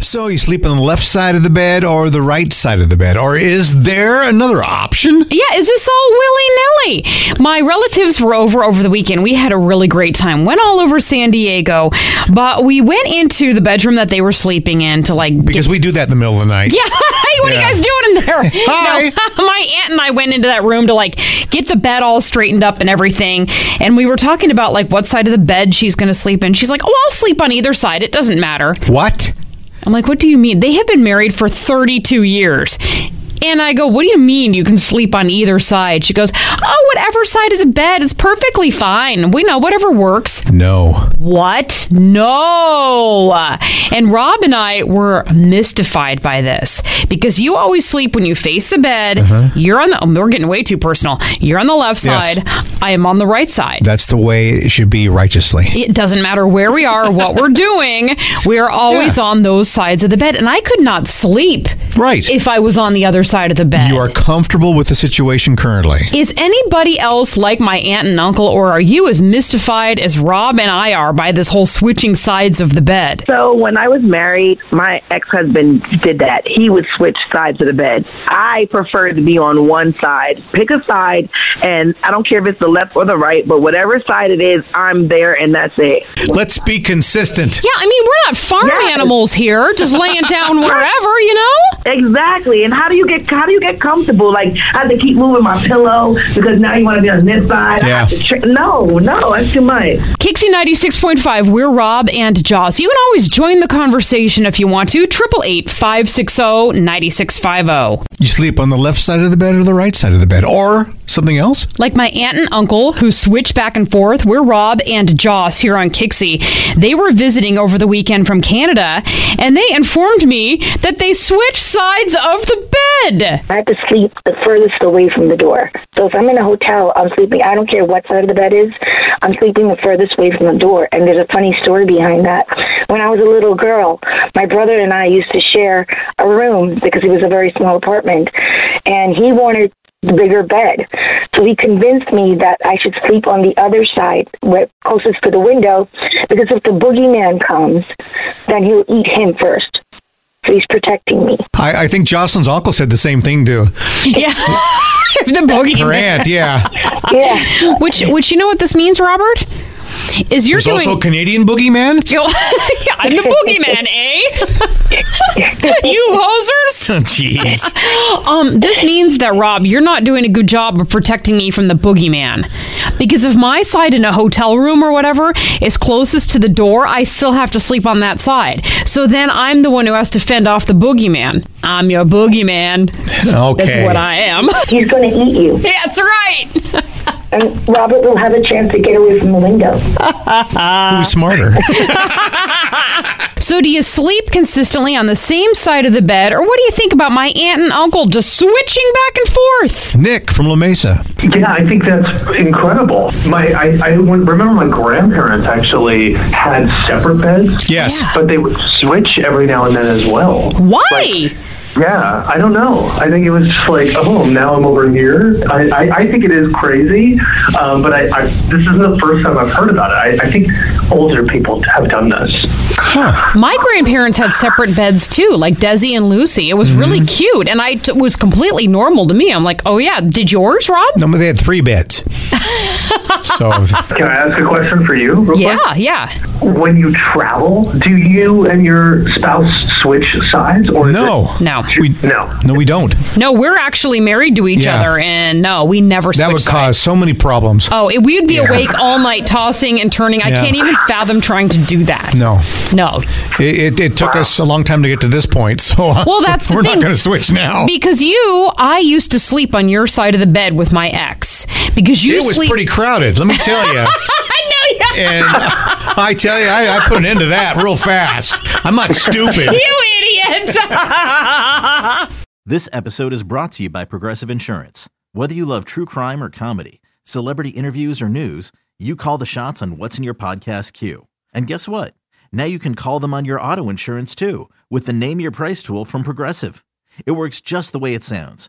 So you sleep on the left side of the bed or the right side of the bed, or is there another option? Yeah, is this all willy nilly? My relatives were over over the weekend. We had a really great time. Went all over San Diego, but we went into the bedroom that they were sleeping in to like. Because we do that in the middle of the night. yeah, hey, what are Yeah. you guys doing in there? Hi. No, my aunt and I went into that room to like get the bed all straightened up and everything, and we were talking about like what side of the bed she's going to sleep in. She's like, "Oh, I'll sleep on either side. It doesn't matter." What? I'm like, what do you mean? They have been married for 32 years. And I go, what do you mean you can sleep on either side? She goes, oh, whatever side of the bed. It's perfectly fine. We know whatever works. No. What? No. And Rob and I were mystified by this because you always sleep when you face the bed. You're on the, oh, we're getting way too personal. You're on the Uh-huh. left Yes. side. I am on the right side. That's the way it should be righteously. It doesn't matter where we are, what we're doing. We are always Yeah. on those sides of the bed. And I could not sleep Right. if I was on the other side of the bed. you are comfortable with the situation currently. is anybody else like my aunt and uncle, or are you as mystified as Rob and I are by this whole switching sides of the bed? So when I was married, my ex-husband did that. He would switch sides of the bed. I prefer to be on one side. Pick a side, and I don't care if it's the left or the right, but whatever side it is, I'm there, and that's it. Let's be consistent. Yeah, I mean, we're not farm Yes. animals here, just laying down wherever, you know? Exactly. And how do you get how do you get comfortable? Like I have to keep moving my pillow because now you want to be on this side. I Yeah. have to tr- no, no, that's too much. Kixie 96.5, we're Rob and Joss. You can always join the conversation if you want to. 888 560 9650. You sleep on the left side of the bed or the right side of the bed, or something else? Like my aunt and uncle who switch back and forth, we're Rob and Joss here on Kixie. They were visiting over the weekend from Canada and they informed me that they switch sides of the bed. I have to sleep the furthest away from the door. So if I'm in a hotel, I'm sleeping. I don't care what side of the bed is. I'm sleeping the furthest away from the door. And there's a funny story behind that. When I was a little girl, my brother and I used to share a room because it was a very small apartment, and he wanted the bigger bed. So he convinced me that I should sleep on the other side, where closest to the window, because if the boogeyman comes, then he'll eat him first. So he's protecting me. I, I think Jocelyn's uncle said the same thing to Yeah. If the her bogeyman. aunt. Yeah. Yeah. Which, which you know what this means, Robert? Is you're There's doing. also a Canadian boogeyman. Yo, yeah, I'm the boogeyman, eh? you hosers. Jeez. Um, this means that Rob, you're not doing a good job of protecting me from the boogeyman, because if my side in a hotel room or whatever is closest to the door, I still have to sleep on that side. So then I'm the one who has to fend off the boogeyman. I'm your boogeyman. Okay. That's what I am. He's going to eat you. That's right. And Robert will have a chance to get away from the window. Who's smarter? So do you sleep consistently on the same side of the bed, or what do you think about my aunt and uncle just switching back and forth? Nick from La Mesa. Yeah, I think that's incredible. My, I, I went- remember my grandparents actually had separate beds. Yes. But they would switch every now and then as well. Why? Like, yeah, I don't know. I think it was just like, oh, now I'm over here. I, I, I think it is crazy, um, but I, I, this isn't the first time I've heard about it. I, I think older people have done this. My grandparents had separate beds too, like Desi and Lucy. It was Mm-hmm. really cute, and I it was completely normal to me. I'm like, oh yeah, did yours, Rob? No, but they had three beds. so Can I ask a question for you? real quick? Yeah, yeah. When you travel, do you and your spouse switch sides, or is no, it- No, we no. no, we don't. no, we're actually married to each Yeah. other, and no, we never. That switch would sides. cause so many problems. Oh, it, we'd be awake all night, tossing and turning. I Yeah. can't even fathom trying to do that. No, no, it, it, it took us a long time to get to this point. So uh, Well, that's the we're thing. not going to switch now. because you, I used to sleep on your side of the bed with my ex because you It was sleep. pretty crowded. Let me tell you. I know. Yeah, and I tell you, I, I put an end to that real fast. I'm not stupid. You idiot! This episode is brought to you by Progressive Insurance. Whether you love true crime or comedy, celebrity interviews or news, you call the shots on what's in your podcast queue. And guess what? Now you can call them on your auto insurance too with the Name Your Price tool from Progressive. It works just the way it sounds.